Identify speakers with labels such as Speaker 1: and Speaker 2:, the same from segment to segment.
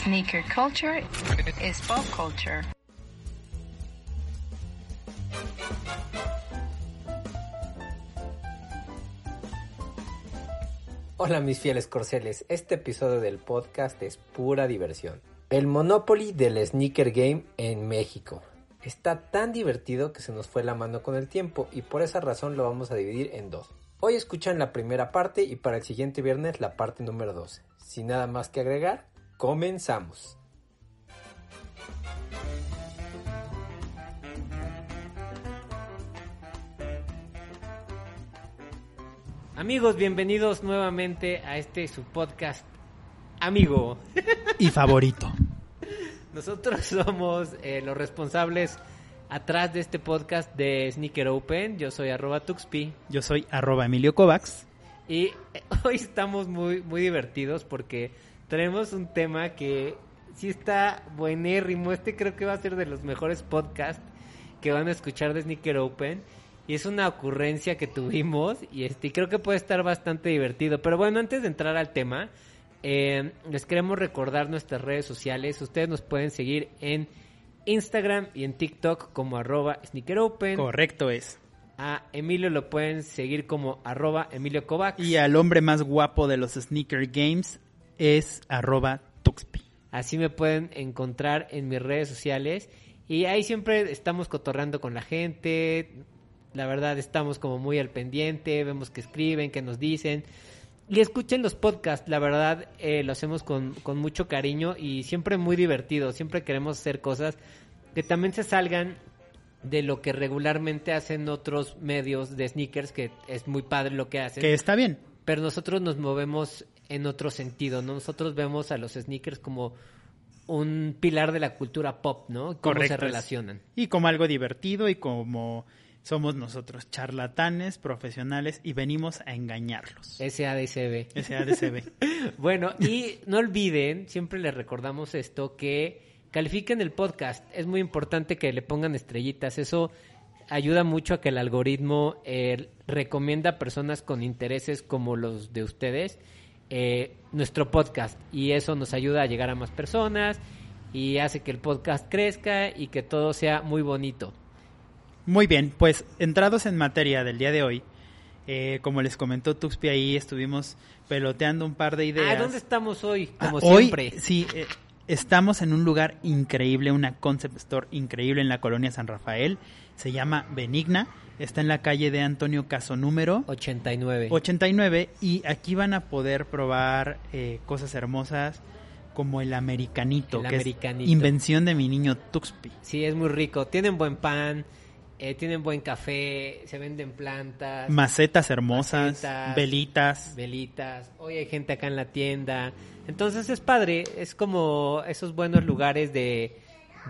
Speaker 1: Sneaker culture is pop culture.
Speaker 2: Hola mis fieles corceles, este episodio del podcast es pura diversión. El Monopoly del Sneaker Game en México. Está tan divertido que se nos fue la mano con el tiempo y por esa razón lo vamos a dividir en dos. Hoy escuchan la primera parte y para el siguiente viernes la parte número 12. Sin nada más que agregar, comenzamos. Amigos, bienvenidos nuevamente a este su podcast amigo.
Speaker 3: y favorito.
Speaker 2: Nosotros somos eh, los responsables atrás de este podcast de Sneaker Open. Yo soy arroba tuxpi
Speaker 3: Yo soy arroba Emilio Kovacs.
Speaker 2: y eh, hoy estamos muy, muy divertidos porque tenemos un tema que sí está buenérrimo. Este creo que va a ser de los mejores podcasts que van a escuchar de Sneaker Open. Y es una ocurrencia que tuvimos y este, y creo que puede estar bastante divertido. Pero bueno, antes de entrar al tema, eh, les queremos recordar nuestras redes sociales. Ustedes nos pueden seguir en Instagram y en TikTok como arroba sneakeropen.
Speaker 3: Correcto es.
Speaker 2: A Emilio lo pueden seguir como arroba Emilio Kovacs.
Speaker 3: Y al hombre más guapo de los sneaker games es arroba Tuxpi.
Speaker 2: Así me pueden encontrar en mis redes sociales. Y ahí siempre estamos cotorrando con la gente. La verdad, estamos como muy al pendiente. Vemos que escriben, que nos dicen. Y escuchen los podcasts. La verdad, eh, lo hacemos con, con mucho cariño y siempre muy divertido. Siempre queremos hacer cosas que también se salgan de lo que regularmente hacen otros medios de sneakers, que es muy padre lo que hacen
Speaker 3: Que está bien.
Speaker 2: pero nosotros nos movemos en otro sentido, ¿no? Nosotros vemos a los sneakers como un pilar de la cultura pop, ¿no? Cómo se
Speaker 3: es.
Speaker 2: relacionan.
Speaker 3: Y como algo divertido y como somos nosotros charlatanes, profesionales y venimos a engañarlos.
Speaker 2: SADCB.
Speaker 3: Ese ADCB.
Speaker 2: Bueno, y no olviden, siempre les recordamos esto, que califiquen el podcast. Es muy importante que le pongan estrellitas. Eso ayuda mucho a que el algoritmo eh, recomienda a personas con intereses como los de ustedes eh, nuestro podcast. Y eso nos ayuda a llegar a más personas y hace que el podcast crezca y que todo sea muy bonito.
Speaker 3: Muy bien, pues entrados en materia del día de hoy, eh, como les comentó Tuxpi ahí, estuvimos peloteando un par de
Speaker 2: Ah,
Speaker 3: ideas.
Speaker 2: ¿dónde estamos hoy? Como
Speaker 3: Ah, hoy,
Speaker 2: siempre.
Speaker 3: Sí, eh, estamos en un lugar increíble, una concept store increíble en la colonia San Rafael. Se llama Benigna. Está en la calle de Antonio Caso número
Speaker 2: 89.
Speaker 3: 89 y aquí van a poder probar eh, cosas hermosas como el americanito,
Speaker 2: El
Speaker 3: que es
Speaker 2: americanito.
Speaker 3: invención de mi niño Tuxpi.
Speaker 2: Sí, es muy rico. Tienen buen pan, eh, tienen buen café, se venden plantas,
Speaker 3: Macetas hermosas,
Speaker 2: Macetas.
Speaker 3: velitas.
Speaker 2: velitas. Hoy hay gente acá en la tienda. Entonces es padre, es como esos buenos lugares de,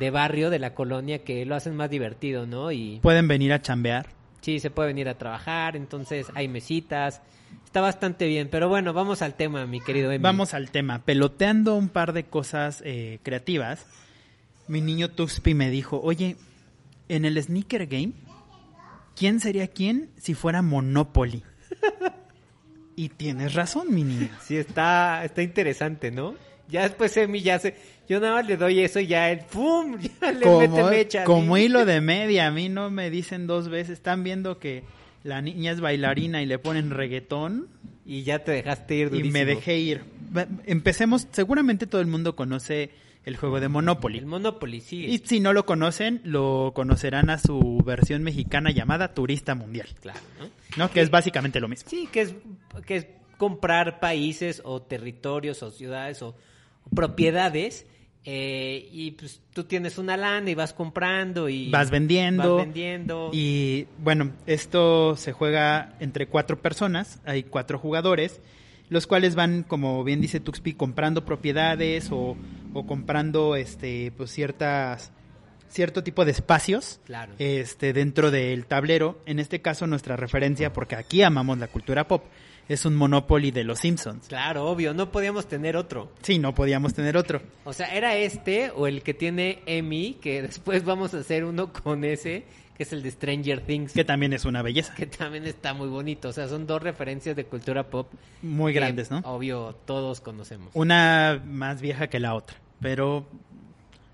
Speaker 2: de barrio, de la colonia, que lo hacen más divertido, ¿no? Y
Speaker 3: Pueden venir a chambear.
Speaker 2: sí, se puede venir a trabajar, entonces hay mesitas. Está bastante bien, pero bueno, vamos al tema, mi querido Emi.
Speaker 3: Vamos al tema. Peloteando un par de cosas eh, creativas, mi niño Tuxpi me dijo, oye, en el sneaker game, ¿quién sería quién si fuera Monopoly? y tienes razón, mi niño.
Speaker 2: Sí, está, está interesante, ¿no? Ya después Emi ya se... Yo nada más le doy eso y ya él... ¡Pum! Ya le mete
Speaker 3: Como, eh,
Speaker 2: mecha.
Speaker 3: como
Speaker 2: sí.
Speaker 3: hilo de media, a mí no me dicen dos veces. Están viendo que la niña es bailarina y le ponen reggaetón.
Speaker 2: Y ya te dejaste ir
Speaker 3: Y
Speaker 2: durísimo.
Speaker 3: me dejé ir. Va- Empecemos, seguramente todo el mundo conoce el juego de Monopoly.
Speaker 2: El Monopoly, sí.
Speaker 3: Y si no lo conocen, lo conocerán a su versión mexicana llamada Turista Mundial,
Speaker 2: Claro, ¿no?
Speaker 3: ¿no? Que es básicamente lo mismo.
Speaker 2: Sí, que es, que es comprar países o territorios o ciudades o propiedades. eh, y pues tú tienes una lana y vas comprando y...
Speaker 3: Vas vendiendo.
Speaker 2: Vas vendiendo.
Speaker 3: Y bueno, esto se juega entre cuatro personas, hay cuatro jugadores, los cuales van, como bien dice Tuxpi, comprando propiedades o, o comprando este, pues ciertas, cierto tipo de espacios.
Speaker 2: Claro.
Speaker 3: este, dentro del tablero. En este caso, nuestra referencia, porque aquí amamos la cultura pop, es un Monopoly de los Simpsons.
Speaker 2: Claro, obvio. No podíamos tener otro.
Speaker 3: Sí, no podíamos tener otro.
Speaker 2: O sea, era este o el que tiene Emmy, que después vamos a hacer uno con ese, que es el de Stranger Things,
Speaker 3: Que también es una belleza.
Speaker 2: que también está muy bonito. O sea, son dos referencias de cultura pop
Speaker 3: Muy grandes,
Speaker 2: que,
Speaker 3: ¿no?
Speaker 2: Obvio, todos conocemos.
Speaker 3: Una más vieja que la otra. pero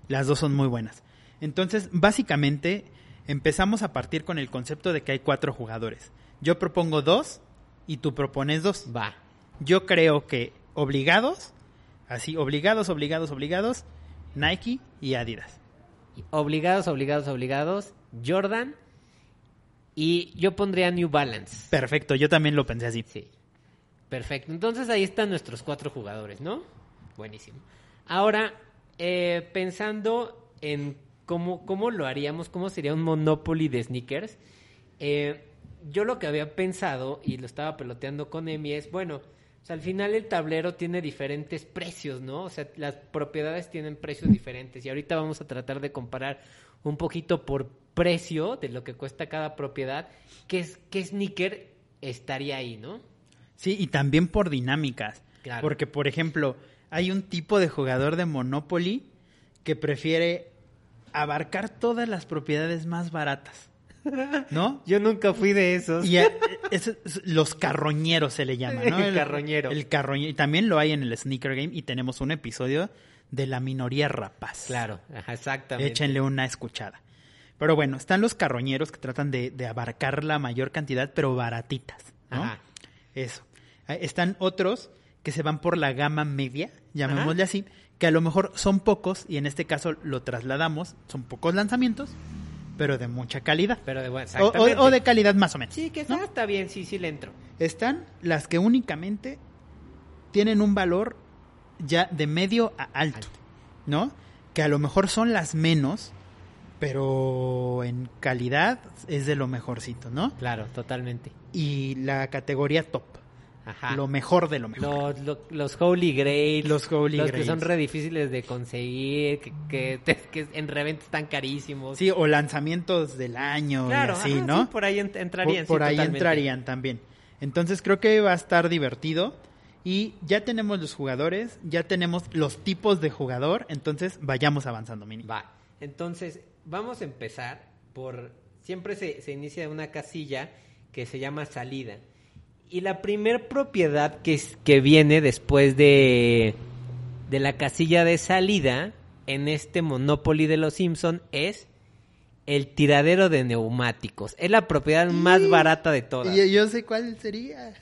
Speaker 3: las dos son muy buenas. Entonces, básicamente, empezamos a partir con el concepto de que hay cuatro jugadores. Yo propongo dos y tú propones dos.
Speaker 2: Va.
Speaker 3: Yo creo que obligados, así, obligados, obligados, obligados, Nike y Adidas.
Speaker 2: Obligados, obligados, obligados. Jordan. Y yo pondría New Balance.
Speaker 3: Perfecto, yo también lo pensé así.
Speaker 2: Sí. Perfecto. Entonces ahí están nuestros cuatro jugadores, ¿no? Buenísimo. Ahora, eh, pensando en cómo, cómo lo haríamos, cómo sería un Monopoly de sneakers, eh, yo lo que había pensado y lo estaba peloteando con Emi es, bueno, o sea, al final el tablero tiene diferentes precios, ¿no? O sea, las propiedades tienen precios diferentes y ahorita vamos a tratar de comparar un poquito por precio de lo que cuesta cada propiedad, qué, es- qué sneaker estaría ahí, ¿no?
Speaker 3: Sí, y también por dinámicas.
Speaker 2: Claro.
Speaker 3: Porque, por ejemplo, hay un tipo de jugador de Monopoly que prefiere abarcar todas las propiedades más baratas. ¿No?
Speaker 2: Yo nunca fui de esos.
Speaker 3: Y a- es- es- los carroñeros se le llama, ¿no?
Speaker 2: El carroñero.
Speaker 3: El carroñero. Y también lo hay en el Sneaker Game y tenemos un episodio de la minoría rapaz.
Speaker 2: Claro, ajá, exactamente.
Speaker 3: Échenle una escuchada. Pero bueno, están los carroñeros que tratan de, de abarcar la mayor cantidad, pero baratitas. ¿no?
Speaker 2: Ajá.
Speaker 3: Eso. Ah, Están otros que se van por la gama media, llamémosle así, que a lo mejor son pocos y en este caso lo trasladamos, son pocos lanzamientos, pero de mucha calidad.
Speaker 2: Pero de buena.
Speaker 3: O, o- o de calidad más o menos.
Speaker 2: Sí, que
Speaker 3: ¿no?
Speaker 2: esa está bien, sí, sí le entro.
Speaker 3: Están las que únicamente tienen un valor ya de medio a alto, ¿no? Que a lo mejor son las menos, pero en calidad es de lo mejorcito, ¿no?
Speaker 2: Claro, totalmente.
Speaker 3: Y la categoría top,
Speaker 2: Ajá.
Speaker 3: lo mejor de lo mejor.
Speaker 2: los, lo- los Holy Grails.
Speaker 3: Los Holy
Speaker 2: que
Speaker 3: Grails.
Speaker 2: son re difíciles de conseguir, que, que, te- que en reventa están carísimos.
Speaker 3: Sí, o lanzamientos del año,
Speaker 2: claro,
Speaker 3: y así,
Speaker 2: ajá,
Speaker 3: ¿no?
Speaker 2: sí, por ahí ent-
Speaker 3: Por-
Speaker 2: entrarían. sí,
Speaker 3: por ahí
Speaker 2: totalmente.
Speaker 3: entrarían también. Entonces creo que va a estar divertido. Y ya tenemos los jugadores, ya tenemos los tipos de jugador, entonces vayamos avanzando, Mini.
Speaker 2: Va. Entonces, vamos a empezar por. Siempre se, se inicia una casilla que se llama salida. Y la primer propiedad que, es- que viene después de, de la casilla de salida en este Monopoly de los Simpson es el tiradero de neumáticos. Es la propiedad más barata de todas.
Speaker 3: Y yo sé cuál sería.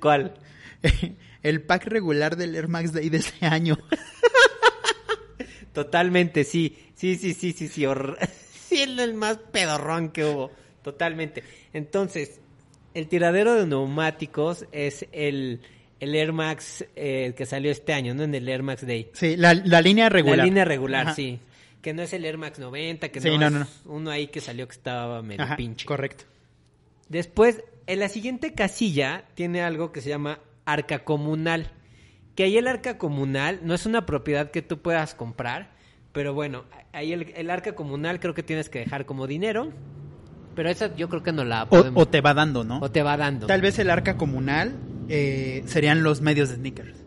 Speaker 2: ¿Cuál?
Speaker 3: El pack regular del Air Max Day de este año.
Speaker 2: Totalmente, sí. Sí, sí, sí, sí, sí. hor- Sí, es el más pedorrón que hubo. Totalmente. Entonces, el tiradero de neumáticos es el, el Air Max eh, que salió este año, ¿no? En el Air Max Day.
Speaker 3: Sí, la, la línea regular.
Speaker 2: La línea regular,
Speaker 3: Ajá.
Speaker 2: sí. Que no es el Air Max 90, que
Speaker 3: Sí,
Speaker 2: no,
Speaker 3: no, no,
Speaker 2: es uno ahí que salió que estaba medio
Speaker 3: Ajá,
Speaker 2: pinche.
Speaker 3: Correcto.
Speaker 2: Después, en la siguiente casilla tiene algo que se llama arca comunal. Que ahí el arca comunal no es una propiedad que tú puedas comprar, pero bueno, ahí el, el arca comunal creo que tienes que dejar como dinero, pero esa yo creo que no la
Speaker 3: O,
Speaker 2: podemos.
Speaker 3: o te va dando, ¿no?
Speaker 2: o te va dando.
Speaker 3: Tal vez el arca comunal eh, serían los medios de sneakers.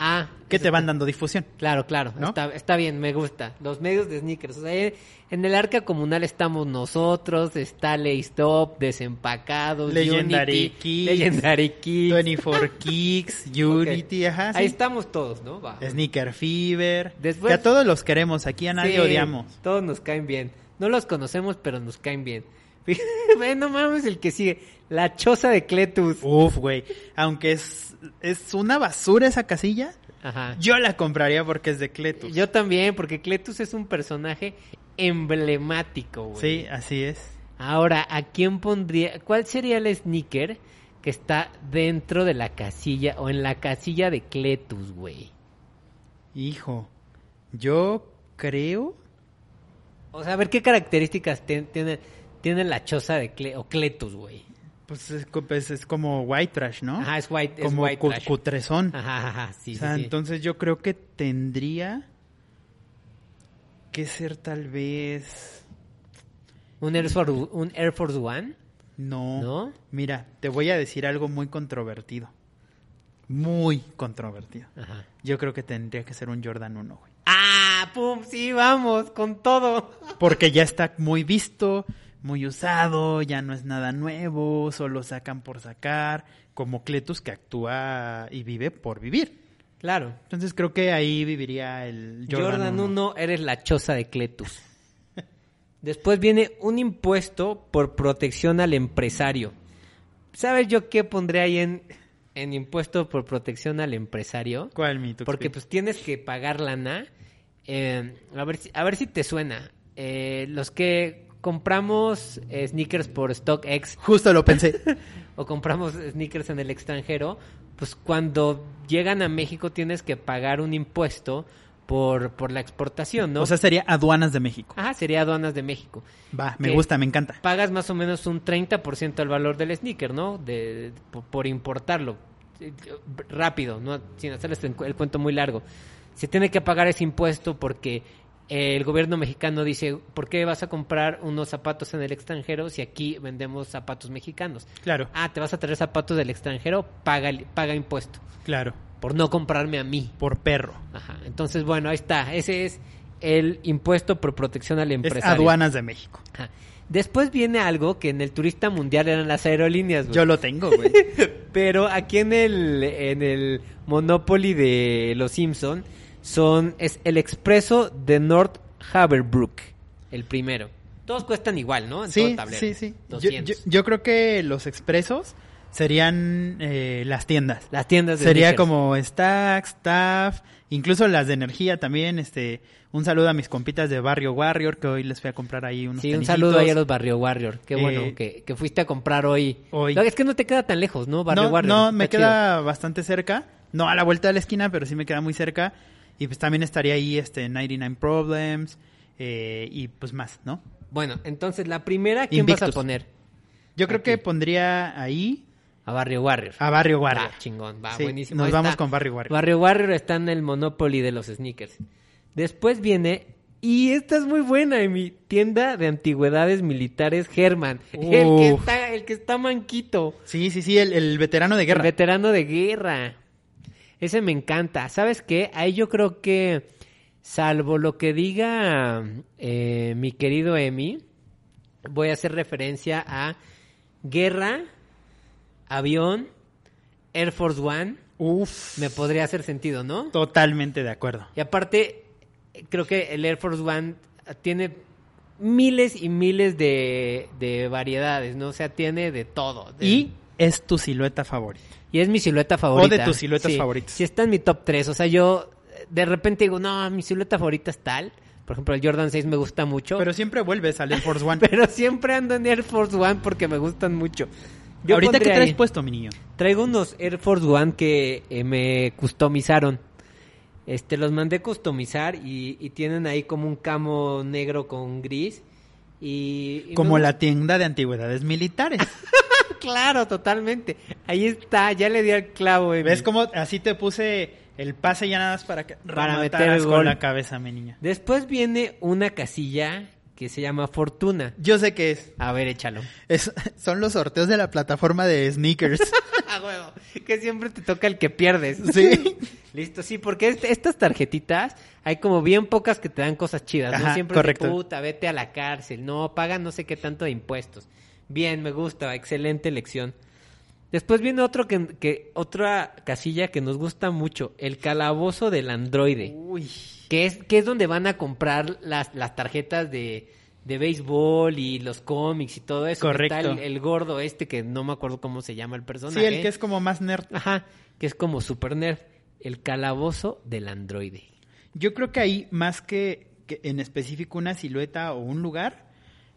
Speaker 2: Ah,
Speaker 3: Que te van dando difusión.
Speaker 2: Claro, claro,
Speaker 3: ¿No?
Speaker 2: está, está bien, me gusta. Los medios de sneakers. O sea, eh, en el arca comunal estamos nosotros, está Laystop, Desempacados,
Speaker 3: Legendary
Speaker 2: Unity,
Speaker 3: Kids,
Speaker 2: Legendary Kids.
Speaker 3: 24 Kicks, Unity,
Speaker 2: Ok.
Speaker 3: ajá. ah, sí.
Speaker 2: Ahí estamos todos, ¿no? Va.
Speaker 3: Sneaker Fever.
Speaker 2: Después-
Speaker 3: que a todos los queremos, aquí a nadie
Speaker 2: Sí,
Speaker 3: odiamos.
Speaker 2: Todos nos caen bien. No los conocemos, pero nos caen bien. Ve, no mames el que sigue. La choza de Cletus.
Speaker 3: Uf, güey. Aunque es, es una basura esa casilla,
Speaker 2: Ajá.
Speaker 3: yo la compraría porque es de Cletus.
Speaker 2: Yo también, porque Cletus es un personaje emblemático, güey.
Speaker 3: Sí, así es.
Speaker 2: Ahora, ¿a quién pondría? ¿Cuál sería el sneaker que está dentro de la casilla o en la casilla de Cletus, güey?
Speaker 3: Hijo, yo creo...
Speaker 2: O sea, a ver qué características ten- tiene, tiene la choza de Cle- o Cletus, güey.
Speaker 3: Pues es, co- pues es como white trash, ¿no?
Speaker 2: Ajá, es white, es
Speaker 3: como
Speaker 2: white
Speaker 3: cu-
Speaker 2: trash.
Speaker 3: cutrezón.
Speaker 2: Ajá, ajá, sí,
Speaker 3: o sea,
Speaker 2: sí, sí.
Speaker 3: entonces yo creo que tendría que ser tal vez...
Speaker 2: ¿Un Air Force, un Air Force One?
Speaker 3: No.
Speaker 2: ¿No?
Speaker 3: Mira, te voy a decir algo muy controvertido. Muy controvertido.
Speaker 2: Ajá.
Speaker 3: Yo creo que tendría que ser un Jordan 1, güey.
Speaker 2: ¡Ah! ¡Pum! Sí, vamos, con todo.
Speaker 3: Porque ya está muy visto, muy usado, ya no es nada nuevo, solo sacan por sacar, como Cletus que actúa y vive por vivir.
Speaker 2: Claro.
Speaker 3: Entonces creo que ahí viviría el Jordan,
Speaker 2: Jordan
Speaker 3: 1.
Speaker 2: 1, eres la choza de Cletus. Después viene un impuesto por protección al empresario. ¿Sabes yo qué pondré ahí en, en impuesto por protección al empresario?
Speaker 3: ¿Cuál, mi Tuxpi?
Speaker 2: Porque pues tienes que pagar lana. Eh, a, ver si, a ver si te suena. Eh, los que compramos eh, sneakers por StockX
Speaker 3: Justo lo pensé.
Speaker 2: o compramos sneakers en el extranjero, pues cuando llegan a México tienes que pagar un impuesto por, por la exportación, ¿no? Ah,
Speaker 3: O sea, sería aduanas de México.
Speaker 2: Ajá, sería aduanas de México.
Speaker 3: Va, me
Speaker 2: que-
Speaker 3: gusta, me encanta.
Speaker 2: Pagas más o menos un 30% al valor del sneaker, ¿no? De, por, por importarlo. Eh, Rápido, ¿no? sin hacerles el, cu- el cuento muy largo. Se tiene que pagar ese impuesto porque eh, el gobierno mexicano dice, ¿por qué vas a comprar unos zapatos en el extranjero si aquí vendemos zapatos mexicanos?
Speaker 3: Claro,
Speaker 2: Ah, te vas a traer zapatos del extranjero, paga, el- paga impuesto
Speaker 3: claro.
Speaker 2: por no comprarme a mí.
Speaker 3: Por perro.
Speaker 2: Ajá. Entonces, bueno, ahí está. Ese es el impuesto por protección al
Speaker 3: Es
Speaker 2: empresario.
Speaker 3: aduanas de México.
Speaker 2: Ajá. Después viene algo que en el turista mundial eran las aerolíneas, güey.
Speaker 3: Yo lo tengo, güey.
Speaker 2: pero aquí en el en el Monopoly de los Simpson son es el expreso de North Haverbrook, el primero. Todos cuestan igual, ¿no? En todo
Speaker 3: sí,
Speaker 2: el tablero.
Speaker 3: sí, sí. Yo,
Speaker 2: 200.
Speaker 3: yo- yo creo que los expresos serían eh, las tiendas.
Speaker 2: Las tiendas de
Speaker 3: Sería
Speaker 2: sneakers.
Speaker 3: como Stack, Staff, incluso las de energía también. Este, un saludo a mis compitas de Barrio Warrior que hoy les fui a comprar ahí unos.
Speaker 2: Sí, un
Speaker 3: tenisitos.
Speaker 2: saludo ahí a los Barrio Warrior. Qué
Speaker 3: Eh,
Speaker 2: bueno que, que fuiste a comprar hoy.
Speaker 3: hoy.
Speaker 2: No, es que no te queda tan lejos, ¿no? Barrio
Speaker 3: no,
Speaker 2: Warrior.
Speaker 3: no,
Speaker 2: Está
Speaker 3: me
Speaker 2: chido.
Speaker 3: queda bastante cerca. No a la vuelta de la esquina, pero sí me queda muy cerca. Y pues también estaría ahí este 99 Problems eh, y pues más, ¿no?
Speaker 2: Bueno, entonces la primera, ¿quién vas a
Speaker 3: Invictus.
Speaker 2: poner?
Speaker 3: Yo creo que
Speaker 2: Aquí.
Speaker 3: pondría ahí
Speaker 2: A Barrio Warrior.
Speaker 3: a Barrio Warrior.
Speaker 2: Ah, chingón, va,
Speaker 3: Sí,
Speaker 2: buenísimo.
Speaker 3: Nos
Speaker 2: Ahí
Speaker 3: vamos
Speaker 2: está.
Speaker 3: con Barrio Warrior.
Speaker 2: Barrio Warrior está en el Monopoly de los sneakers. Después viene, y esta es muy buena, en mi tienda de antigüedades militares Germán. El que
Speaker 3: Uf.
Speaker 2: está, el que está manquito.
Speaker 3: Sí, sí, sí, el, el veterano de guerra.
Speaker 2: El veterano de guerra. Ese me encanta. ¿Sabes qué? Ahí yo creo que, salvo lo que diga eh, mi querido Emi, voy a hacer referencia a guerra, avión, Air Force One.
Speaker 3: Uf,
Speaker 2: Me podría hacer sentido, ¿no?
Speaker 3: totalmente de acuerdo.
Speaker 2: Y aparte, creo que el Air Force One tiene miles y miles de, de variedades, ¿no? O sea, tiene de todo. De-
Speaker 3: Y es tu silueta favorita.
Speaker 2: y es mi silueta favorita.
Speaker 3: O de tus siluetas
Speaker 2: Sí,
Speaker 3: favoritas.
Speaker 2: Sí, está en mi top 3. O sea, yo eh, de repente digo, no, mi silueta favorita es tal. Por ejemplo, el Jordan 6 me gusta mucho.
Speaker 3: Pero siempre vuelves al Air Force One.
Speaker 2: pero siempre ando en Air Force One porque me gustan mucho. Yo
Speaker 3: Ahorita que
Speaker 2: pondría
Speaker 3: traes
Speaker 2: ahí-
Speaker 3: puesto, mi niño.
Speaker 2: Traigo unos Air Force One que eh, me customizaron. Este, los mandé customizar y, y tienen ahí como un camo negro con gris. Y, y
Speaker 3: Como
Speaker 2: no-
Speaker 3: la tienda de antigüedades militares.
Speaker 2: Claro, totalmente. Ahí está, ya le di al clavo. Emi.
Speaker 3: ¿Ves cómo así te puse el pase ya nada más para que
Speaker 2: Para meter
Speaker 3: remataras
Speaker 2: el
Speaker 3: con
Speaker 2: gol.
Speaker 3: la cabeza, mi niña?
Speaker 2: Después viene una casilla que se llama Fortuna.
Speaker 3: Yo sé que es.
Speaker 2: A ver, échalo.
Speaker 3: Es- son los sorteos de la plataforma de sneakers.
Speaker 2: A huevo, que siempre te toca el que pierdes.
Speaker 3: Sí.
Speaker 2: Listo, sí, porque este- estas tarjetitas hay como bien pocas que te dan cosas chidas, ¿no?
Speaker 3: Ajá,
Speaker 2: siempre
Speaker 3: correcto.
Speaker 2: de puta, vete a la cárcel, no, paga no sé qué tanto de impuestos. Bien, me gusta, excelente elección. Después viene otro que, que otra casilla que nos gusta mucho, el calabozo del androide,
Speaker 3: Uy.
Speaker 2: que es que es donde van a comprar las, las tarjetas de de béisbol y los cómics y todo eso. que está
Speaker 3: Correcto.
Speaker 2: el, el gordo este que no me acuerdo cómo se llama el personaje.
Speaker 3: Sí, el que es como más nerd.
Speaker 2: Ajá, que es como Super Nerd, el calabozo del androide.
Speaker 3: Yo creo que ahí, más que, que en específico una silueta o un lugar,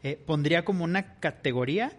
Speaker 3: eh, pondría como una categoría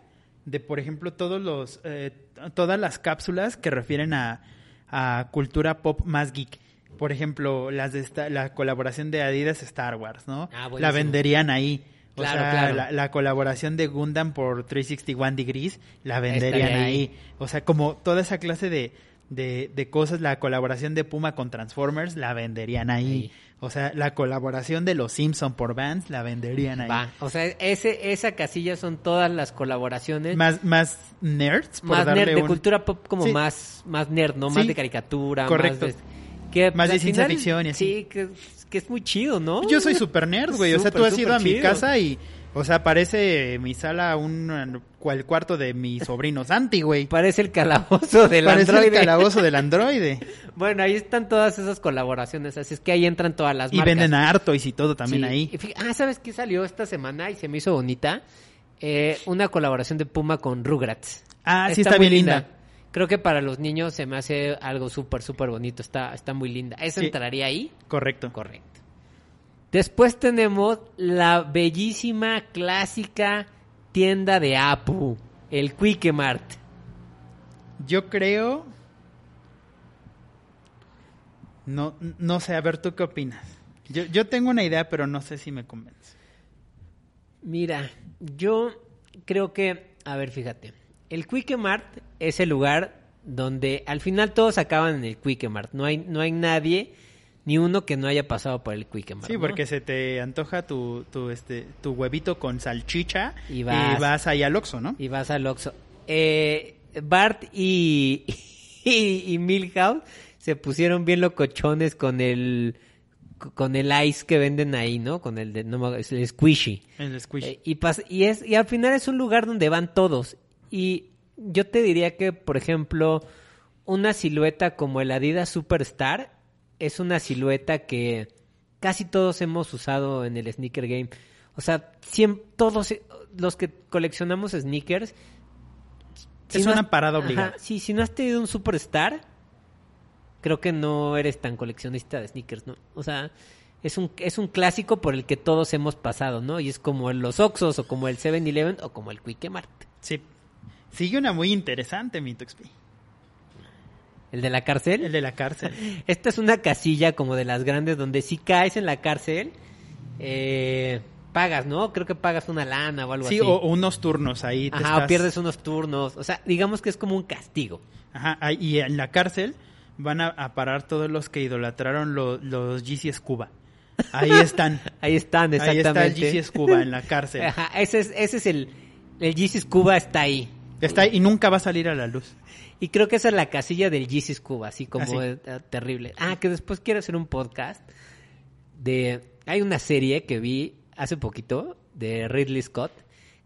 Speaker 3: de, por ejemplo, todos los, eh, t- todas las cápsulas que refieren a, a cultura pop más geek. Por ejemplo, las de esta- la colaboración de Adidas Star Wars, ¿no?
Speaker 2: Ah, buenísimo.
Speaker 3: la venderían ahí. O
Speaker 2: Claro,
Speaker 3: sea,
Speaker 2: claro.
Speaker 3: La, la colaboración de Gundam por 361 Degrees la venderían
Speaker 2: Estaría
Speaker 3: ahí.
Speaker 2: ahí.
Speaker 3: O sea, como toda esa clase de, de, de cosas, la colaboración de Puma con Transformers la venderían ahí.
Speaker 2: Ahí.
Speaker 3: O sea, la colaboración de los Simpson por Vans la venderían ahí.
Speaker 2: Va, o sea, ese, esa casilla son todas las colaboraciones más,
Speaker 3: Más, más nerds, por darle
Speaker 2: nerd, de
Speaker 3: un-
Speaker 2: cultura pop como
Speaker 3: Sí.
Speaker 2: más, más nerd, ¿no? Más
Speaker 3: Sí.
Speaker 2: de caricatura,
Speaker 3: Correcto.
Speaker 2: más de- Que,
Speaker 3: Más
Speaker 2: al
Speaker 3: de ciencia
Speaker 2: final,
Speaker 3: ficción y así.
Speaker 2: Sí, que, que es muy chido, ¿no?
Speaker 3: Yo soy super nerd, güey. O sea, tú
Speaker 2: Súper,
Speaker 3: has ido a
Speaker 2: súper
Speaker 3: mi
Speaker 2: chido.
Speaker 3: casa y, o sea, parece mi sala un cual cuarto de mi sobrino Santi, güey.
Speaker 2: Parece el calabozo del
Speaker 3: Parece el
Speaker 2: androide.
Speaker 3: calabozo del androide.
Speaker 2: Bueno, ahí están todas esas colaboraciones, así es que ahí entran todas las
Speaker 3: y
Speaker 2: marcas.
Speaker 3: venden a Artois y todo también
Speaker 2: Sí.
Speaker 3: ahí.
Speaker 2: Y fí- Ah, ¿sabes qué salió esta semana y se me hizo bonita? Eh, una colaboración de Puma con Rugrats.
Speaker 3: Ah, sí, está
Speaker 2: muy
Speaker 3: bien linda.
Speaker 2: Creo que para los niños se me hace algo súper, súper bonito. Está, está muy linda. ¿Esa
Speaker 3: Sí.
Speaker 2: entraría ahí?
Speaker 3: Correcto.
Speaker 2: Correcto. Después tenemos la bellísima, clásica tienda de Apu, el Quick Mart.
Speaker 3: Yo creo. No, no sé, a ver, ¿tú qué opinas? Yo, yo tengo una idea, pero no sé si me convence.
Speaker 2: Mira, yo creo que, a ver, fíjate, el Quick Mart es el lugar donde al final todos acaban en el Quick Mart. No hay, no hay nadie, ni uno que no haya pasado por el Quick Mart.
Speaker 3: Sí,
Speaker 2: ¿no?
Speaker 3: porque se te antoja tu, tu, este, tu huevito con salchicha
Speaker 2: Y vas-
Speaker 3: ahí al Oxxo, ¿no?
Speaker 2: Y vas al Oxxo. Eh, Bart y, y, y Milhouse se pusieron bien locochones con el con el ice que venden ahí, ¿no? Con el de no, me acuerdo, es el squishy.
Speaker 3: El squish.
Speaker 2: Eh, y, pas- y, es, y al final es un lugar donde van todos. Y yo te diría que, por ejemplo, una silueta como el Adidas Superstar es una silueta que casi todos hemos usado en el sneaker game. O sea, siem- todos eh, los que coleccionamos sneakers.
Speaker 3: Es una
Speaker 2: has-
Speaker 3: parada obligada.
Speaker 2: sí, si no has tenido un Superstar, creo que no eres tan coleccionista de sneakers, ¿no? O sea, es un, es un clásico por el que todos hemos pasado, ¿no? Y es como en los Oxos, o como el 7-Eleven, o como el Quick Mart.
Speaker 3: Sí. Sigue una muy interesante, mi Tuxpi.
Speaker 2: El de la cárcel.
Speaker 3: El de la cárcel.
Speaker 2: Esta es una casilla como de las grandes donde si caes en la cárcel, eh, pagas, ¿no? Creo que pagas una lana o algo
Speaker 3: Sí,
Speaker 2: así.
Speaker 3: o, o unos turnos ahí. te
Speaker 2: Ajá,
Speaker 3: estás-
Speaker 2: o pierdes unos turnos. O sea, digamos que es como un castigo.
Speaker 3: Ajá, ahí- y en la cárcel van a, a parar todos los que idolatraron lo- los GCs Cuba. Ahí están.
Speaker 2: Ahí están,
Speaker 3: ahí
Speaker 2: exactamente.
Speaker 3: está el GCs Cuba en la cárcel.
Speaker 2: Ajá, ese es, ese es el... El Jesus Cuba está ahí.
Speaker 3: Está ahí y nunca va a salir a la luz.
Speaker 2: Y creo que esa es la casilla del Jesus Cuba, así como
Speaker 3: Ah, sí.
Speaker 2: eh, eh, terrible. Ah, que después quiero hacer un podcast de... Hay una serie que vi hace poquito de Ridley Scott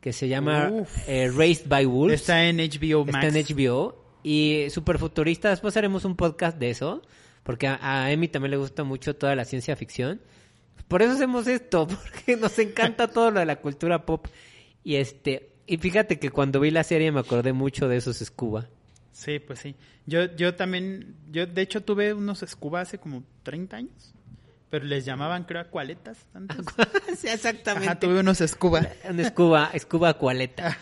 Speaker 2: que se llama
Speaker 3: Uf.
Speaker 2: eh, Raised by Wolves.
Speaker 3: Está en HBO Max.
Speaker 2: Está en HBO y super futurista. Después haremos un podcast de eso, porque a, a Emi también le gusta mucho toda la ciencia ficción. Por eso hacemos esto, porque nos encanta todo lo de la cultura pop. Y este, y fíjate que cuando vi la serie me acordé mucho de esos Scuba.
Speaker 3: Sí, pues sí. Yo, yo también, yo de hecho tuve unos Cuba hace como 30 años, pero les llamaban creo acualetas antes.
Speaker 2: Sí, exactamente.
Speaker 3: Ajá, tuve unos Cuba.
Speaker 2: Un escuba, escuba cualeta.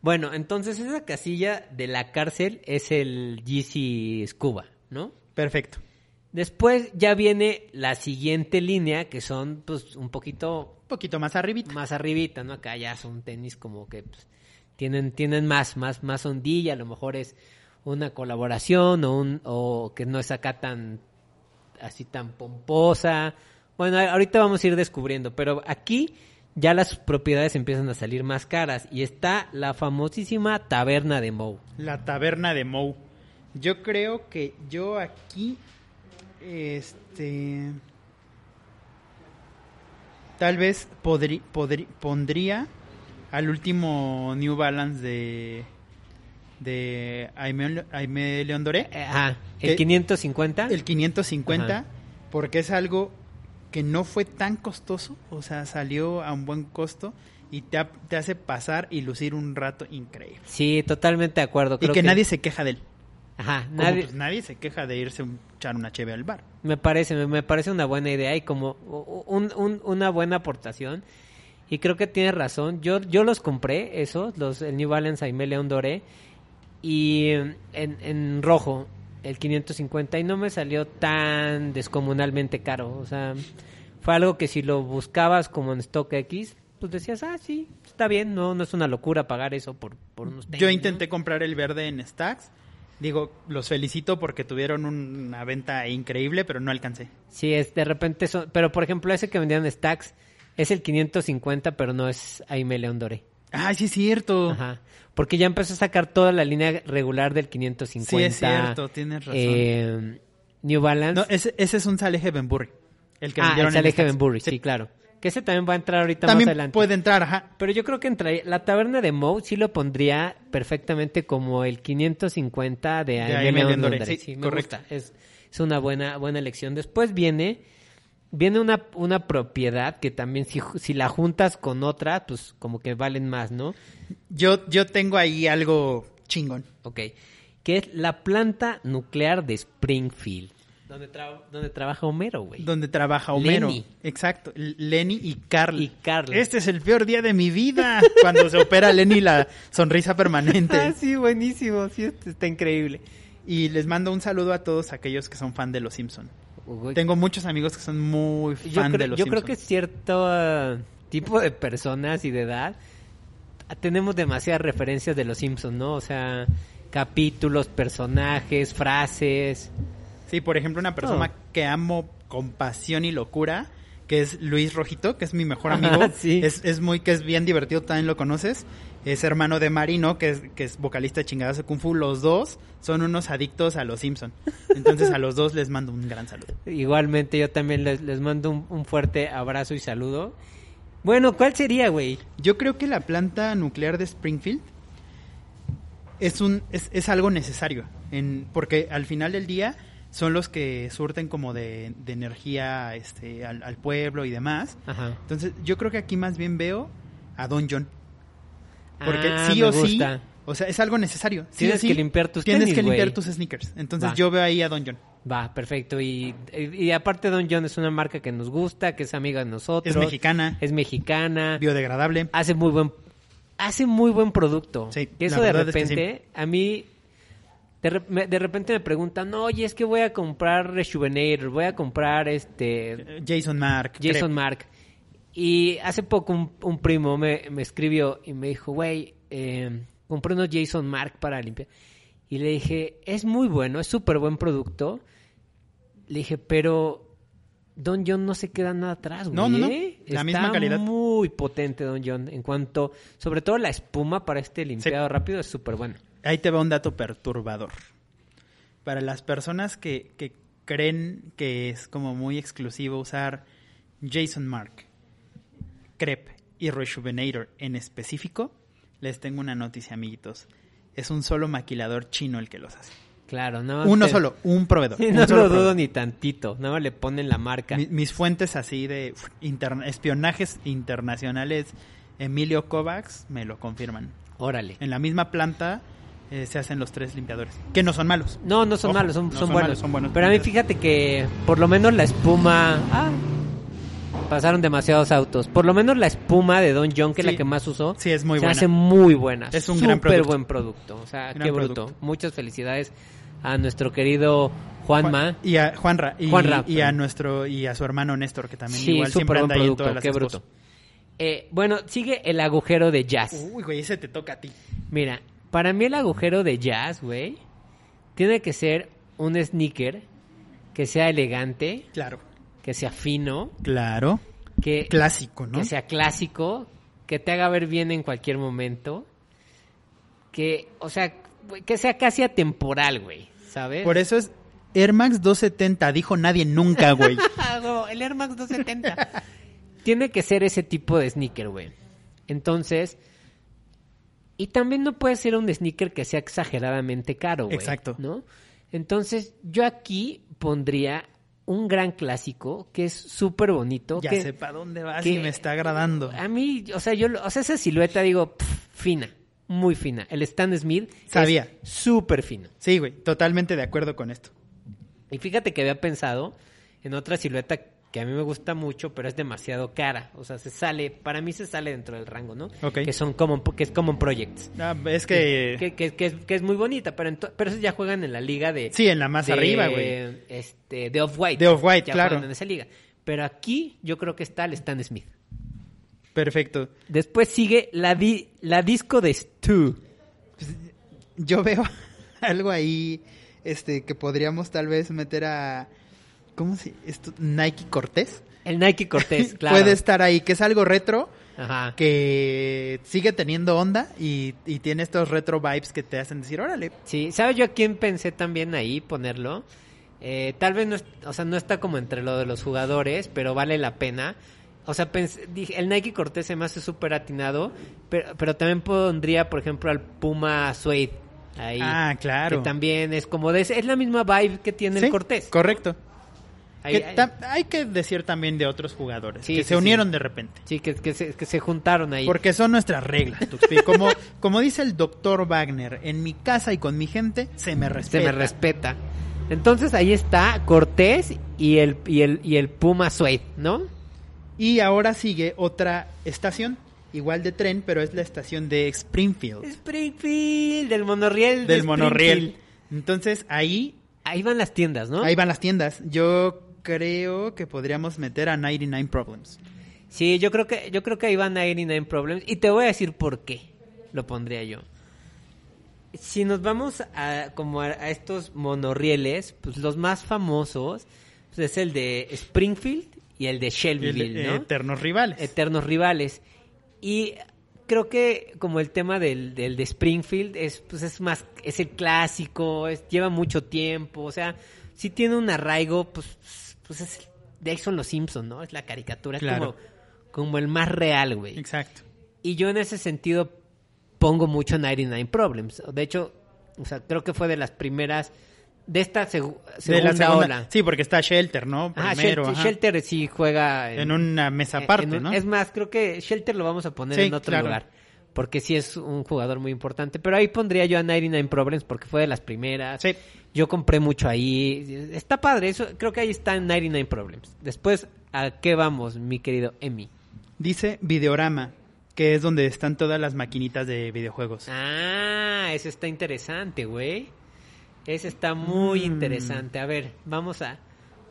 Speaker 2: Bueno, entonces esa casilla de la cárcel es el GC Scuba, ¿no?
Speaker 3: Perfecto.
Speaker 2: Después ya viene la siguiente línea, que son pues un poquito
Speaker 3: Un poquito más arribita.
Speaker 2: más arribita, ¿no? Acá ya son tenis como que pues, tienen, tienen más, más, más ondilla, a lo mejor es una colaboración o un, o que no es acá tan así tan pomposa. Bueno, a- ahorita vamos a ir descubriendo, pero aquí ya las propiedades empiezan a salir más caras y está la famosísima taberna de Mou.
Speaker 3: La taberna de Mou. Yo creo que yo aquí, este, tal vez podri- podri- pondría al último New Balance de de Aime, Aime León Doré.
Speaker 2: Eh, Ajá, el
Speaker 3: Eh,
Speaker 2: 550.
Speaker 3: El 550,
Speaker 2: Ajá.
Speaker 3: porque es algo que no fue tan costoso, o sea, salió a un buen costo y te, ha- te hace pasar y lucir un rato increíble.
Speaker 2: Sí, totalmente de acuerdo.
Speaker 3: Y
Speaker 2: creo
Speaker 3: que, nadie se queja de él.
Speaker 2: Ajá,
Speaker 3: Como,
Speaker 2: nadie...
Speaker 3: pues, nadie se queja de irse a un- echar una cheve al bar.
Speaker 2: Me parece, me- me parece una buena idea y como u- u- un- un- una buena aportación. Y creo que tienes razón. Yo, yo los compré, esos, los, el New Balance Aime León Doré. Y en, en rojo, el 550. Y no me salió tan descomunalmente caro. O sea, fue algo que si lo buscabas como en StockX, pues decías, ah, sí, está bien. No, no es una locura pagar eso por, por unos tenis,
Speaker 3: Yo
Speaker 2: ¿no?
Speaker 3: intenté comprar el verde en Stacks. Digo, los felicito porque tuvieron una venta increíble, pero no alcancé.
Speaker 2: Sí, es de repente son, pero por ejemplo ese que vendían Stacks es el 550, pero no es Aime León Doré.
Speaker 3: Ah, sí es cierto.
Speaker 2: Ajá. Porque ya empezó a sacar toda la línea regular del 550.
Speaker 3: Sí, es cierto, tienes razón.
Speaker 2: Eh, New Balance.
Speaker 3: No, ese, ese es un Saleh Benburri. El que
Speaker 2: ah,
Speaker 3: vendieron
Speaker 2: es
Speaker 3: en
Speaker 2: Alec
Speaker 3: Stans.
Speaker 2: Benbury, sí, claro. Que ese también va a entrar ahorita
Speaker 3: También
Speaker 2: más adelante.
Speaker 3: puede entrar, ajá.
Speaker 2: Pero yo creo que entre la taberna de Moe sí lo pondría perfectamente como el 550 de
Speaker 3: Aimee
Speaker 2: Aimee
Speaker 3: Leondore.
Speaker 2: Leondore.
Speaker 3: Sí,
Speaker 2: Sí, me
Speaker 3: correcto.
Speaker 2: gusta. Es, es una buena, buena elección. Después viene, viene una, una propiedad que también si, ju- si la juntas con otra, pues como que valen más, ¿no?
Speaker 3: Yo, yo tengo ahí algo chingón.
Speaker 2: Ok. Que es la planta nuclear de Springfield. Donde, tra- donde trabaja Homero, güey.
Speaker 3: Donde trabaja Homero.
Speaker 2: Lenny.
Speaker 3: Exacto. L- Lenny y Carly.
Speaker 2: Y Carly.
Speaker 3: Este es el peor día de mi vida. Cuando se opera Lenny la sonrisa permanente.
Speaker 2: Ah, sí, buenísimo. Sí, este está increíble.
Speaker 3: Y les mando un saludo a todos aquellos que son fan de Los Simpson.
Speaker 2: Uy,
Speaker 3: Tengo muchos amigos que son muy fan
Speaker 2: yo creo,
Speaker 3: de Los
Speaker 2: yo
Speaker 3: Simpson.
Speaker 2: creo que cierto eh, tipo de personas y de edad ah, tenemos demasiadas referencias de los Simpsons, ¿no? O sea, capítulos, personajes, frases.
Speaker 3: Sí, por ejemplo, una persona
Speaker 2: Oh.
Speaker 3: que amo con pasión y locura, que es Luis Rojito, que es mi mejor
Speaker 2: Ajá,
Speaker 3: amigo.
Speaker 2: sí.
Speaker 3: es, es muy, que es bien divertido, también lo conoces. Es hermano de Marino, que es, que es vocalista de chingadas de Kung Fu. Los dos son unos adictos a los Simpson. Entonces a los dos les mando un gran saludo.
Speaker 2: Igualmente yo también les, les mando un, un fuerte abrazo y saludo. Bueno, ¿cuál sería, güey?
Speaker 3: Yo creo que la planta nuclear de Springfield es un es, es algo necesario en porque al final del día son los que surten como de, de energía este al, al pueblo y demás.
Speaker 2: Ajá.
Speaker 3: Entonces, yo creo que aquí más bien veo a Don John, porque
Speaker 2: Ah,
Speaker 3: sí
Speaker 2: me
Speaker 3: o sí,
Speaker 2: gusta.
Speaker 3: o sea, es algo necesario. Sí
Speaker 2: Tienes
Speaker 3: o sí,
Speaker 2: que limpiar tus
Speaker 3: tienes
Speaker 2: tenis,
Speaker 3: que limpiar
Speaker 2: güey.
Speaker 3: tus sneakers. Entonces,
Speaker 2: Va.
Speaker 3: yo veo ahí a Don John.
Speaker 2: Va, perfecto. Y, y aparte Don John es una marca que nos gusta, que es amiga de nosotros.
Speaker 3: Es mexicana,
Speaker 2: Es mexicana.
Speaker 3: biodegradable.
Speaker 2: hace muy buen hace muy buen producto.
Speaker 3: Sí,
Speaker 2: Que eso
Speaker 3: la
Speaker 2: de
Speaker 3: verdad es que
Speaker 2: repente a mí de, re- me- de repente me preguntan, "No, oye, es que voy a comprar Rejuvenator, voy a comprar este
Speaker 3: Jason Mark.
Speaker 2: Jason
Speaker 3: Crep.
Speaker 2: Mark." Y hace poco un, un primo me, me escribió y me dijo, "Güey, eh, compré unos Jason Mark para limpiar." Y le dije, "Es muy bueno, es súper buen producto." Le dije, "Pero Don John no se queda nada atrás, güey.
Speaker 3: No, no, no.
Speaker 2: ¿eh?
Speaker 3: La
Speaker 2: Está
Speaker 3: misma calidad.
Speaker 2: muy potente Don John en cuanto, sobre todo la espuma para este limpiado rápido es súper bueno.
Speaker 3: Ahí te va un dato perturbador. Para las personas que, que creen que es como muy exclusivo usar Jason Mark, Crep y Rejuvenator en específico, les tengo una noticia, amiguitos. Es un solo maquilador chino el que los hace.
Speaker 2: Claro, no.
Speaker 3: Uno solo, un proveedor. un
Speaker 2: Ah, no
Speaker 3: solo
Speaker 2: lo dudo
Speaker 3: proveedor.
Speaker 2: ni tantito. Nada más le ponen la marca.
Speaker 3: Mi- mis fuentes así de uf, interna- espionajes internacionales, Emilio Kovacs me lo confirman.
Speaker 2: Órale.
Speaker 3: En la misma planta eh, se hacen los tres limpiadores, que no son malos.
Speaker 2: No, no son
Speaker 3: Ojo,
Speaker 2: malos, son,
Speaker 3: no
Speaker 2: son
Speaker 3: son
Speaker 2: buenos.
Speaker 3: malos, son buenos.
Speaker 2: Pero a mí fíjate que por lo menos la espuma... Ah, pasaron demasiados autos. Por lo menos la espuma de Don John, que es
Speaker 3: Sí.
Speaker 2: la que más usó,
Speaker 3: Sí, es muy
Speaker 2: se
Speaker 3: buena.
Speaker 2: hace muy buena.
Speaker 3: Es un gran
Speaker 2: Súper
Speaker 3: producto.
Speaker 2: buen producto. O sea,
Speaker 3: Gran
Speaker 2: qué bruto.
Speaker 3: producto.
Speaker 2: Muchas felicidades a nuestro querido
Speaker 3: Juan-
Speaker 2: Juanma.
Speaker 3: y a Juanra y,
Speaker 2: Juanra,
Speaker 3: y a
Speaker 2: perdón.
Speaker 3: nuestro y a su hermano Néstor que también
Speaker 2: sí,
Speaker 3: igual
Speaker 2: súper
Speaker 3: siempre
Speaker 2: buen
Speaker 3: anda ahí en
Speaker 2: producto.
Speaker 3: todas las
Speaker 2: Qué
Speaker 3: expos.
Speaker 2: bruto. Eh, bueno, sigue el agujero de jazz.
Speaker 3: Uy, güey, ese te toca a ti.
Speaker 2: Mira, para mí el agujero de jazz, güey, tiene que ser un sneaker que sea elegante,
Speaker 3: Claro.
Speaker 2: que sea fino,
Speaker 3: Claro.
Speaker 2: que,
Speaker 3: Clásico, ¿no?
Speaker 2: que sea clásico, que te haga ver bien en cualquier momento, que, o sea, güey, que sea casi atemporal, güey, ¿sabes?
Speaker 3: Por eso es Air Max 270, dijo nadie nunca, güey.
Speaker 2: Ah, huevo, el Air Max 270. Tiene que ser ese tipo de sneaker, güey. Entonces, y también no puede ser un sneaker que sea exageradamente caro, güey.
Speaker 3: Exacto.
Speaker 2: ¿No? Entonces, yo aquí pondría un gran clásico que es súper bonito.
Speaker 3: ya
Speaker 2: que
Speaker 3: sé para dónde vas
Speaker 2: que-
Speaker 3: y me está agradando.
Speaker 2: A mí, o sea, yo, lo- o sea, esa silueta digo, pff, fina, muy fina. El Stan Smith es
Speaker 3: Sabía.
Speaker 2: súper fino.
Speaker 3: Sí, güey, totalmente de acuerdo con esto.
Speaker 2: Y fíjate que había pensado en otra silueta que a mí me gusta mucho, pero es demasiado cara. O sea, se sale, para mí se sale dentro del rango, ¿no?
Speaker 3: Ok.
Speaker 2: Que son common, que es common projects.
Speaker 3: Ah, es que,
Speaker 2: Que, que- que es, que es muy bonita, pero, ento- pero esos ya juegan en la liga de...
Speaker 3: Sí, en la más
Speaker 2: de,
Speaker 3: arriba, güey.
Speaker 2: Este, de Off-White.
Speaker 3: De Off-White,
Speaker 2: Ya
Speaker 3: claro.
Speaker 2: juegan en esa liga. Pero aquí yo creo que está el Stan Smith.
Speaker 3: perfecto.
Speaker 2: Después sigue la, di- la disco de Stu.
Speaker 3: Yo veo algo ahí este que podríamos tal vez meter a ¿cómo se esto Nike Cortés?
Speaker 2: El Nike Cortés, claro.
Speaker 3: Puede estar ahí, que es algo retro,
Speaker 2: Ajá.
Speaker 3: que sigue teniendo onda y, y tiene estos retro vibes que te hacen decir, órale,
Speaker 2: Sí, ¿sabes yo a quién pensé también ahí ponerlo? Eh, tal vez no, es- o sea, no está como entre lo de los jugadores, pero vale la pena. O sea, pens- dije, el Nike Cortez se me hace súper atinado, pero, pero también pondría, por ejemplo, al Puma Suede ahí.
Speaker 3: Ah, claro.
Speaker 2: Que también es como de... ese- Es la misma vibe que tiene
Speaker 3: Sí,
Speaker 2: el Cortés.
Speaker 3: Correcto.
Speaker 2: Ahí-
Speaker 3: Que
Speaker 2: ahí-
Speaker 3: tam- hay que decir también de otros jugadores
Speaker 2: Sí,
Speaker 3: que
Speaker 2: sí,
Speaker 3: se unieron
Speaker 2: sí.
Speaker 3: de repente.
Speaker 2: Sí, que, que se, que se juntaron ahí.
Speaker 3: Porque son nuestras reglas, Tuxpi. Como, como dice el doctor Wagner, en mi casa y con mi gente se me
Speaker 2: se
Speaker 3: respeta.
Speaker 2: me respeta. Entonces ahí está Cortés y el, y el, y el Puma Suede, ¿no?
Speaker 3: Y ahora sigue otra estación, igual de tren, pero es la estación de Springfield,
Speaker 2: Springfield, del monorriel. de
Speaker 3: del monorriel.
Speaker 2: Springfield.
Speaker 3: Entonces ahí,
Speaker 2: Ahí van las tiendas, ¿no?
Speaker 3: ahí van las tiendas. Yo creo que podríamos meter a 99 Problems.
Speaker 2: Sí, yo creo que yo creo que ahí van 99 Problems y te voy a decir por qué lo pondría yo. Si nos vamos a como a, a estos monorrieles, pues los más famosos pues, es el de Springfield y el de
Speaker 3: El-
Speaker 2: Shelbyville,
Speaker 3: eh,
Speaker 2: ¿no?
Speaker 3: Eternos rivales.
Speaker 2: eternos rivales. Y creo que como el tema del, del de Springfield es pues es más es el clásico, es- lleva mucho tiempo, o sea, sí tiene un arraigo, pues pues es el- de ahí son los Simpson, ¿no? Es la caricatura, es
Speaker 3: Claro.
Speaker 2: como como el más real, güey.
Speaker 3: Exacto.
Speaker 2: Y yo en ese sentido pongo mucho 99 Problems. De hecho, o sea, creo que fue de las primeras de esta segu- segunda,
Speaker 3: de la segunda.
Speaker 2: ola.
Speaker 3: Sí, porque está Shelter, ¿no?
Speaker 2: Ajá,
Speaker 3: Primero,
Speaker 2: Shelter,
Speaker 3: ajá.
Speaker 2: Shelter sí juega
Speaker 3: En una mesa
Speaker 2: eh,
Speaker 3: aparte,
Speaker 2: en un-
Speaker 3: ¿no?
Speaker 2: Es más, creo que Shelter lo vamos a poner
Speaker 3: Sí,
Speaker 2: en otro
Speaker 3: claro.
Speaker 2: lugar. Porque sí es un jugador muy importante. Pero ahí pondría yo a 99 Problems porque fue de las primeras.
Speaker 3: Sí.
Speaker 2: Yo compré mucho ahí. Está padre, eso creo que ahí está en 99 Problems. Después, ¿a qué vamos, mi querido Emi?
Speaker 3: Dice Videorama, que es donde están todas las maquinitas de videojuegos.
Speaker 2: Ah, eso está interesante, güey. Ese está muy
Speaker 3: Mm.
Speaker 2: interesante. A ver, vamos a,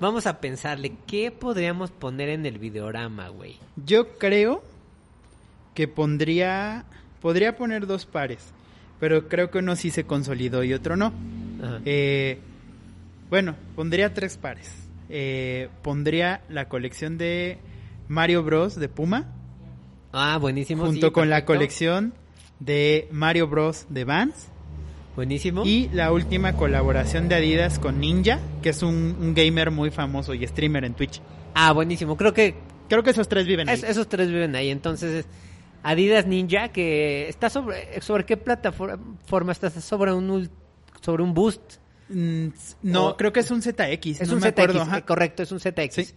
Speaker 2: vamos a pensarle. ¿Qué podríamos poner en el videorama, güey?
Speaker 3: Yo creo que pondría. Podría poner dos pares, pero creo que uno sí se consolidó y otro no.
Speaker 2: Ajá.
Speaker 3: Eh, bueno, pondría tres pares. Eh, pondría la colección de Mario Bros. de Puma,
Speaker 2: ah, buenísimo.
Speaker 3: junto
Speaker 2: sí,
Speaker 3: con la
Speaker 2: perfecto.
Speaker 3: colección de Mario Bros. de Vans.
Speaker 2: Buenísimo.
Speaker 3: Y la última colaboración de Adidas con Ninja, que es un, un gamer muy famoso y streamer en Twitch.
Speaker 2: Ah, buenísimo. Creo que
Speaker 3: Creo que esos tres viven ahí.
Speaker 2: es- esos tres viven ahí. Entonces, Adidas Ninja, que está sobre... ¿Sobre qué plataforma está? ¿Está sobre un, ul- sobre un Boost?
Speaker 3: Mm, no,
Speaker 2: o-
Speaker 3: creo que es un ZX.
Speaker 2: Es
Speaker 3: no
Speaker 2: un
Speaker 3: me
Speaker 2: ZX,
Speaker 3: acuerdo,
Speaker 2: eh,
Speaker 3: ajá.
Speaker 2: correcto, es un ZX.
Speaker 3: Sí.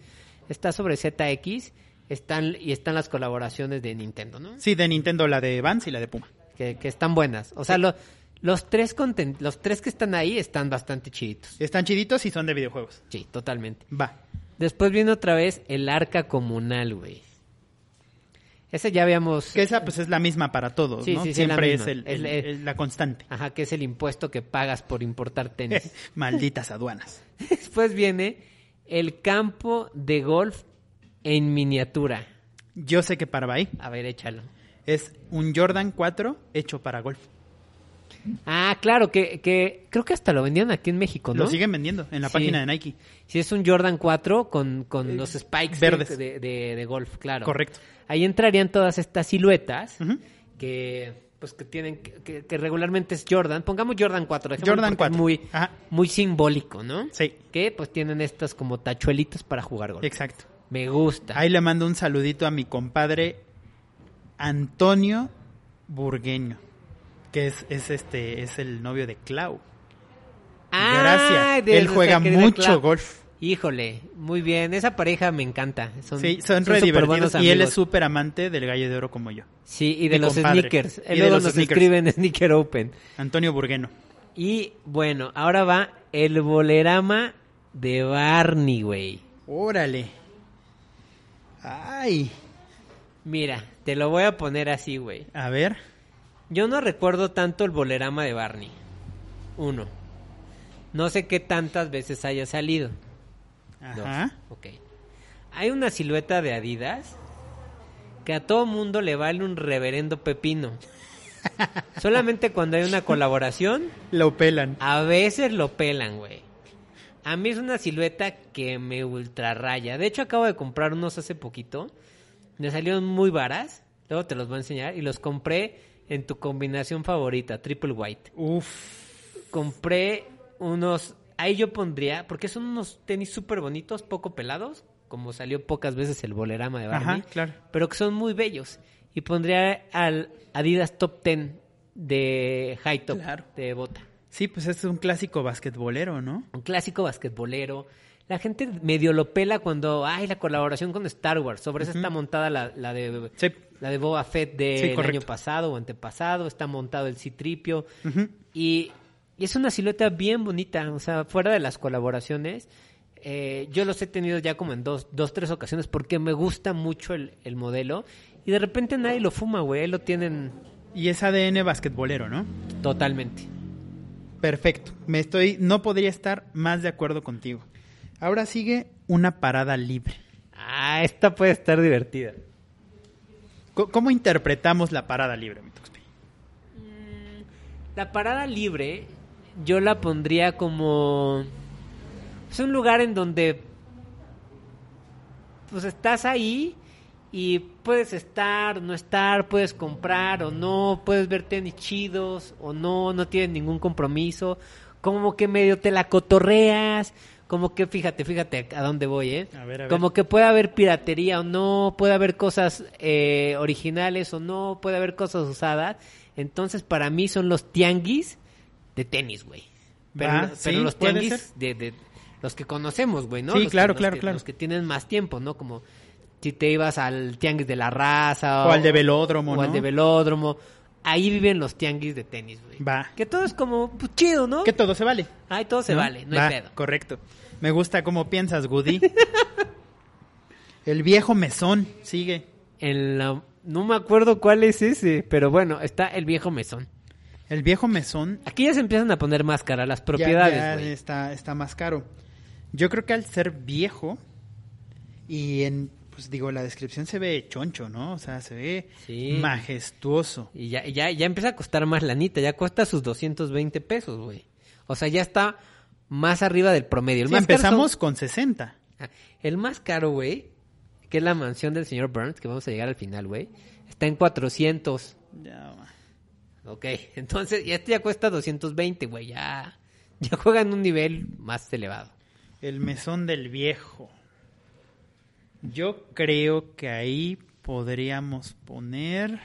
Speaker 2: Está sobre ZX están, y están las colaboraciones de Nintendo, ¿no?
Speaker 3: Sí, de Nintendo, la de Vans y la de Puma.
Speaker 2: Que, que están buenas. O sea, lo- los, tres conten- los tres que están ahí están bastante chiditos.
Speaker 3: Están chiditos y son de videojuegos.
Speaker 2: Sí, totalmente.
Speaker 3: Va.
Speaker 2: Después viene otra vez el arca comunal, güey. Ese ya habíamos...
Speaker 3: Que esa pues es la misma para todos,
Speaker 2: Sí,
Speaker 3: ¿no?
Speaker 2: sí, sí,
Speaker 3: Siempre
Speaker 2: la
Speaker 3: es,
Speaker 2: misma.
Speaker 3: el- el-
Speaker 2: Es la-
Speaker 3: el- la constante.
Speaker 2: Ajá, que es el impuesto que pagas por importar tenis.
Speaker 3: Malditas aduanas.
Speaker 2: Después viene el campo de golf en miniatura.
Speaker 3: Yo sé que para ahí
Speaker 2: A ver, échalo.
Speaker 3: es un Jordan 4 hecho para golf.
Speaker 2: Ah, claro, que, que creo que hasta lo vendían aquí en México, ¿no?
Speaker 3: Lo siguen vendiendo en la
Speaker 2: Sí.
Speaker 3: página de Nike.
Speaker 2: Sí, es un Jordan 4 con, con los spikes
Speaker 3: Eh, verdes.
Speaker 2: De, de- de golf, claro.
Speaker 3: Correcto.
Speaker 2: Ahí entrarían todas estas siluetas
Speaker 3: Ujú.
Speaker 2: que pues que tienen que, que- que regularmente es Jordan. Pongamos Jordan 4. dejémoslo
Speaker 3: Jordan
Speaker 2: porque es
Speaker 3: 4.
Speaker 2: Muy,
Speaker 3: Ajá.
Speaker 2: muy simbólico, ¿no?
Speaker 3: Sí,
Speaker 2: Que pues tienen estas como tachuelitos para jugar golf.
Speaker 3: exacto.
Speaker 2: Me gusta.
Speaker 3: Ahí le mando un saludito a mi compadre Antonio Burgueño, que es, es este, es el novio de Clau.
Speaker 2: Ah,
Speaker 3: Gracias.
Speaker 2: de
Speaker 3: Él
Speaker 2: nuestra
Speaker 3: juega
Speaker 2: querida
Speaker 3: mucho
Speaker 2: Clau.
Speaker 3: golf.
Speaker 2: Híjole, muy bien. Esa pareja me encanta. Son,
Speaker 3: Sí, son
Speaker 2: súper
Speaker 3: re divertidos.
Speaker 2: buenos
Speaker 3: Y él
Speaker 2: amigos.
Speaker 3: es súper amante del gallo de oro como yo.
Speaker 2: Sí, y de
Speaker 3: mi
Speaker 2: los
Speaker 3: compadre.
Speaker 2: sneakers.
Speaker 3: Y
Speaker 2: Eh,
Speaker 3: de
Speaker 2: Luego
Speaker 3: los
Speaker 2: nos
Speaker 3: sneakers.
Speaker 2: escriben Sneaker Open.
Speaker 3: Antonio Burgueno.
Speaker 2: Y bueno, ahora va el bolerama de Barney, güey.
Speaker 3: Órale. Ay.
Speaker 2: Mira, te lo voy a poner así, güey.
Speaker 3: A ver.
Speaker 2: Yo no recuerdo tanto el bolerama de Barney. Uno. No sé qué tantas veces haya salido. Dos.
Speaker 3: Ajá.
Speaker 2: Ok. Hay una silueta de Adidas que a todo mundo le vale un reverendo pepino. Solamente cuando hay una colaboración,
Speaker 3: Lo pelan.
Speaker 2: a veces lo pelan, güey. A mí es una silueta que me ultra raya. De hecho, acabo de comprar unos hace poquito. Me salieron muy varas. Luego te los voy a enseñar. Y los compré en tu combinación favorita, triple white.
Speaker 3: Uf.
Speaker 2: Compré unos ahí yo pondría, porque son unos tenis súper bonitos, poco pelados, como salió pocas veces el bolerama de Barbie,
Speaker 3: Ajá, claro.
Speaker 2: pero que son muy bellos. Y pondría al Adidas Top 10 de High Top,
Speaker 3: Claro.
Speaker 2: de bota.
Speaker 3: Sí, pues es un clásico basquetbolero, ¿no?
Speaker 2: Un clásico basquetbolero. La gente medio lo pela cuando, ay, la colaboración con Star Wars. Sobre esa está montada la, la de
Speaker 3: Sí.
Speaker 2: la de Boba Fett del
Speaker 3: Sí, correcto.
Speaker 2: año pasado o antepasado, está montado el Citripio
Speaker 3: Ujú.
Speaker 2: y, y es una silueta bien bonita, o sea, fuera de las colaboraciones. eh, yo los he tenido ya como en dos, dos tres ocasiones porque me gusta mucho el, el modelo y de repente nadie lo fuma, güey, ahí lo tienen
Speaker 3: Y es ADN basquetbolero, ¿no?
Speaker 2: totalmente.
Speaker 3: Perfecto. Me estoy, no podría estar más de acuerdo contigo. Ahora sigue una parada libre.
Speaker 2: Ah, esta puede estar divertida.
Speaker 3: Co- ¿Cómo interpretamos la parada libre, mi Tuxpi?
Speaker 2: La parada libre yo la pondría como... Es un lugar en donde... Pues estás ahí y puedes estar, no estar, puedes comprar o no, puedes ver tenis chidos o no, no tienes ningún compromiso. Como que medio te la cotorreas. Como que, fíjate, fíjate a dónde voy, ¿eh?
Speaker 3: A ver, a ver.
Speaker 2: Como que puede haber piratería o no, puede haber cosas eh, originales o no, puede haber cosas usadas. Entonces, para mí son los tianguis de tenis, güey. Pero,
Speaker 3: Va,
Speaker 2: lo-
Speaker 3: Ah, sí,
Speaker 2: pero los
Speaker 3: puede
Speaker 2: tianguis
Speaker 3: ser.
Speaker 2: de, de- los que conocemos, güey, ¿no?
Speaker 3: Sí,
Speaker 2: Los que-
Speaker 3: claro,
Speaker 2: los
Speaker 3: claro,
Speaker 2: que-
Speaker 3: claro.
Speaker 2: Los que tienen más tiempo, ¿no? Como si te ibas al tianguis de la raza
Speaker 3: O al de velódromo,
Speaker 2: Ah, o
Speaker 3: ¿no?
Speaker 2: al de velódromo. Ahí viven los tianguis de tenis, güey.
Speaker 3: Va.
Speaker 2: Que todo es como pues, chido, ¿no?
Speaker 3: Que todo se vale.
Speaker 2: Ahí todo se
Speaker 3: ¿No?
Speaker 2: vale, no
Speaker 3: Va,
Speaker 2: hay pedo.
Speaker 3: Correcto. Me gusta cómo piensas, Goody. El viejo mesón sigue.
Speaker 2: En la- no me acuerdo cuál es ese, pero bueno, está el viejo mesón.
Speaker 3: El viejo mesón
Speaker 2: Aquí ya se empiezan a poner máscara las
Speaker 3: ya- ya
Speaker 2: propiedades, güey.
Speaker 3: está, está más caro. Yo creo que al ser viejo y en, pues digo, la descripción se ve choncho, ¿no? O sea, se ve
Speaker 2: Sí.
Speaker 3: majestuoso.
Speaker 2: Y ya, ya, ya empieza a costar más lanita, ya cuesta sus 220 pesos, güey. O sea, ya está más arriba del promedio. El
Speaker 3: Sí,
Speaker 2: más caro son-
Speaker 3: empezamos con 60.
Speaker 2: Ah, El más caro, güey, que es la mansión del señor Burns, que vamos a llegar al final, güey, está en 400. Ok, entonces, y este ya cuesta 220, güey, ya, ya juega en un nivel más elevado.
Speaker 3: El mesón del viejo. Yo creo que ahí podríamos poner...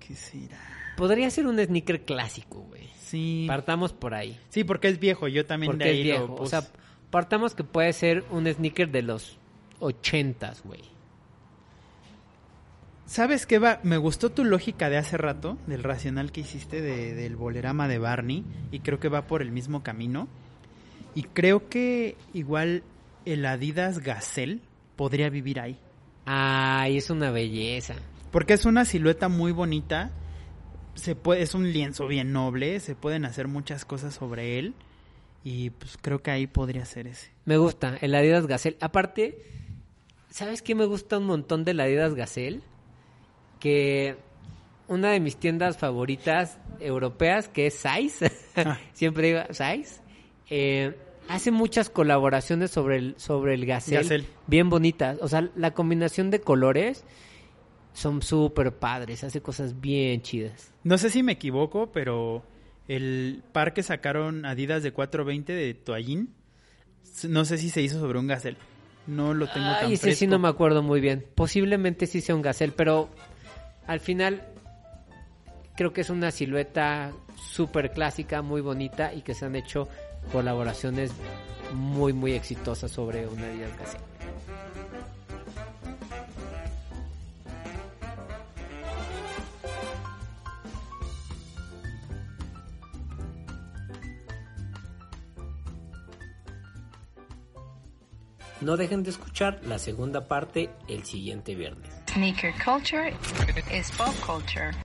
Speaker 3: ¿Qué será?
Speaker 2: Podría ser un sneaker clásico, güey.
Speaker 3: Sí.
Speaker 2: Partamos por ahí.
Speaker 3: Sí, porque es viejo. Yo también de
Speaker 2: Porque
Speaker 3: ahí
Speaker 2: es
Speaker 3: lo
Speaker 2: viejo. O sea,
Speaker 3: puse.
Speaker 2: partamos que puede ser un sneaker de los 80s, güey.
Speaker 3: ¿Sabes qué va? Me gustó tu lógica de hace rato, del racional que hiciste de- del bolerama de Barney, y creo que va por el mismo camino. Y creo que igual el Adidas Gazelle podría vivir ahí.
Speaker 2: Ay, es una belleza.
Speaker 3: Porque es una silueta muy bonita, se puede, es un lienzo bien noble, se pueden hacer muchas cosas sobre él, y pues creo que ahí podría ser ese.
Speaker 2: Me gusta, el Adidas Gazelle. Aparte, ¿sabes qué me gusta un montón del Adidas Gazelle? Que una de mis tiendas favoritas europeas, que es Size,
Speaker 3: Ah.
Speaker 2: siempre digo Size, eh, hace muchas colaboraciones sobre el, sobre el Gazelle,
Speaker 3: Gazelle.
Speaker 2: bien bonitas. O sea, la combinación de colores son súper padres, hace cosas bien chidas.
Speaker 3: No sé si me equivoco, pero el par que sacaron Adidas de 420 de Toallín, s- no sé si se hizo sobre un gasel. No lo tengo tan
Speaker 2: Ay, ese sí
Speaker 3: fresco.
Speaker 2: no me acuerdo muy bien. Posiblemente sí sea un gazelle, pero al final creo que es una silueta súper clásica, muy bonita y que se han hecho colaboraciones muy, muy exitosas sobre una Adidas Gazelle. No dejen de escuchar la segunda parte el siguiente viernes.
Speaker 1: Sneaker culture is pop culture.